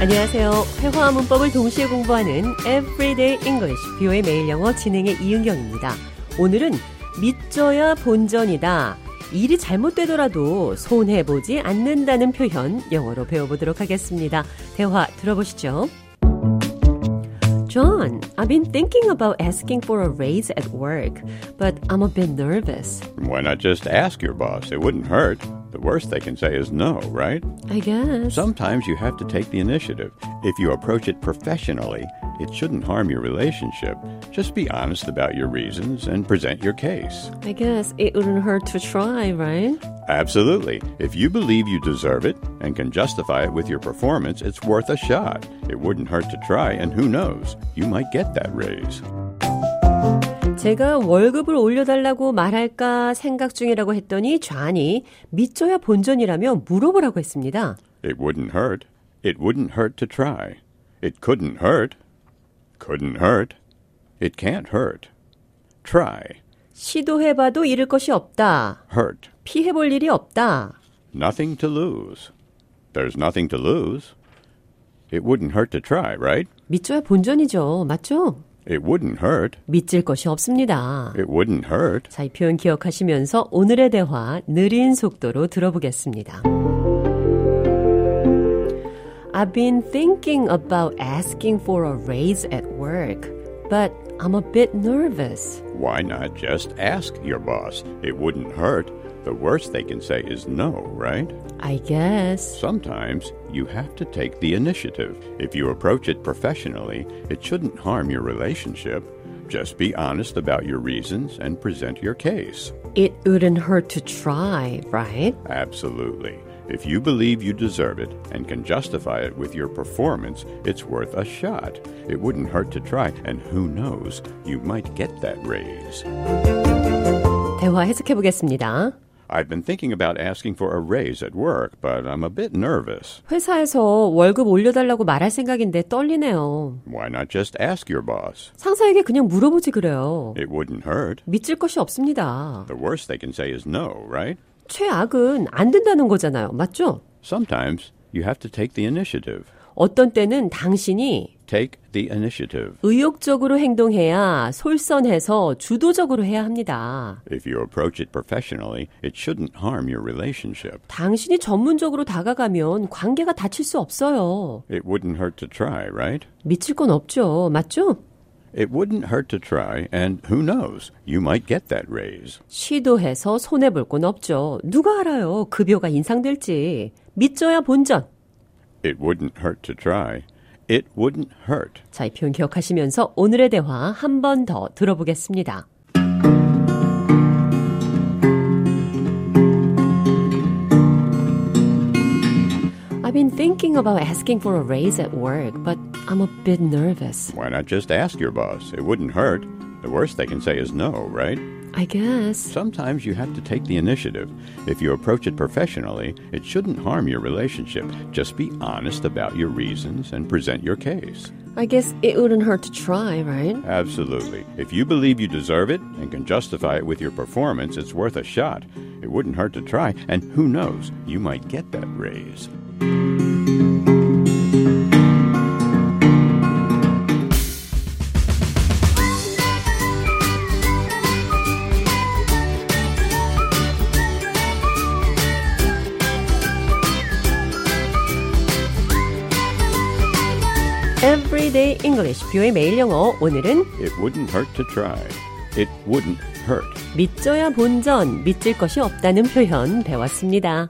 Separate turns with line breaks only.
안녕하세요. 회화와 문법을 동시에 공부하는 Everyday English, 뷰의 매일 영어 진행의 이은경입니다. 오늘은 믿져야 본전이다. 일이 잘못되더라도 손해보지 않는다는 표현 영어로 배워보도록 하겠습니다. 대화 들어보시죠. John, I've been thinking about asking for a raise at work, but I'm a bit nervous.
Why not just ask your boss? It wouldn't hurt. The worst they can say is no, right?
I guess.
Sometimes you have to take the initiative. If you approach it professionally, it shouldn't harm your relationship. Just be honest about your reasons and present your case.
I guess it wouldn't hurt to try, right?
Absolutely. If you believe you deserve it and can justify it with your performance, it's worth a shot. It wouldn't hurt to try, and who knows? You might get that raise.
제가 월급을 올려달라고 말할까 생각 중이라고 했더니 좌니 믿져야 본전이라며 물어보라고 했습니다.
It wouldn't hurt. It wouldn't hurt to try. It couldn't hurt. Couldn't hurt. It can't hurt. Try.
시도해봐도 잃을 것이 없다.
Hurt.
피해볼 일이 없다.
Nothing to lose. There's nothing to lose. It wouldn't hurt to try, right?
믿져야 본전이죠. 맞죠?
It wouldn't hurt.
믿질 것이 없습니다.
It wouldn't hurt.
자, 이 표현 기억하시면서 오늘의 대화 느린 속도로 들어보겠습니다. I've been thinking about asking for a raise at work, but I'm a bit nervous.
Why not just ask your boss? It wouldn't hurt. The worst they can say is no, right?
I guess.
Sometimes you have to take the initiative. If you approach it professionally, it shouldn't harm your relationship. Just be honest about your reasons and present your case.
It wouldn't hurt to try, right?
Absolutely. If you believe you deserve it and can justify it with your performance, it's worth a shot. It wouldn't hurt to try, and who knows, you might get that raise.
대화 해석해 보겠습니다.
I've been thinking about asking for a raise at work, but I'm a bit nervous.
회사에서 월급 올려달라고 말할 생각인데 떨리네요.
Why not just ask your boss?
상사에게 그냥 물어보지 그래요.
It wouldn't hurt.
믿질 것이 없습니다.
The worst they can say is no, right?
최악은 안 된다는 거잖아요. 맞죠?
Sometimes you have to take the initiative.
어떤 때는 당신이
Take the initiative.
의욕적으로 행동해야 솔선해서 주도적으로 해야 합니다.
If you approach it professionally, it shouldn't harm your relationship.
당신이 전문적으로 다가가면 관계가 다칠 수 없어요.
It wouldn't hurt to try, right?
미칠 건 없죠. 맞죠?
It wouldn't hurt to try, and who knows, you might get that raise.
시도해서 손해볼 건 없죠. 누가 알아요. 급여가 인상될지. 믿져야 본전.
It wouldn't hurt to try. It wouldn't hurt.
자, 이 표현 기억하시면서 오늘의 대화 한 번 더 들어보겠습니다. I've been thinking about asking for a raise at work, but I'm a bit nervous.
Why not just ask your boss? It wouldn't hurt. The worst they can say is no, right?
I guess.
Sometimes you have to take the initiative. If you approach it professionally, it shouldn't harm your relationship. Just be honest about your reasons and present your case.
I guess it wouldn't hurt to try, right?
Absolutely. If you believe you deserve it and can justify it with your performance, it's worth a shot. It wouldn't hurt to try, and who knows, you might get that raise.
Everyday English, 뷰의 매일 영어. 오늘은
It wouldn't hurt to try. It wouldn't hurt.
믿져야 본전, 믿질 것이 없다는 표현 배웠습니다.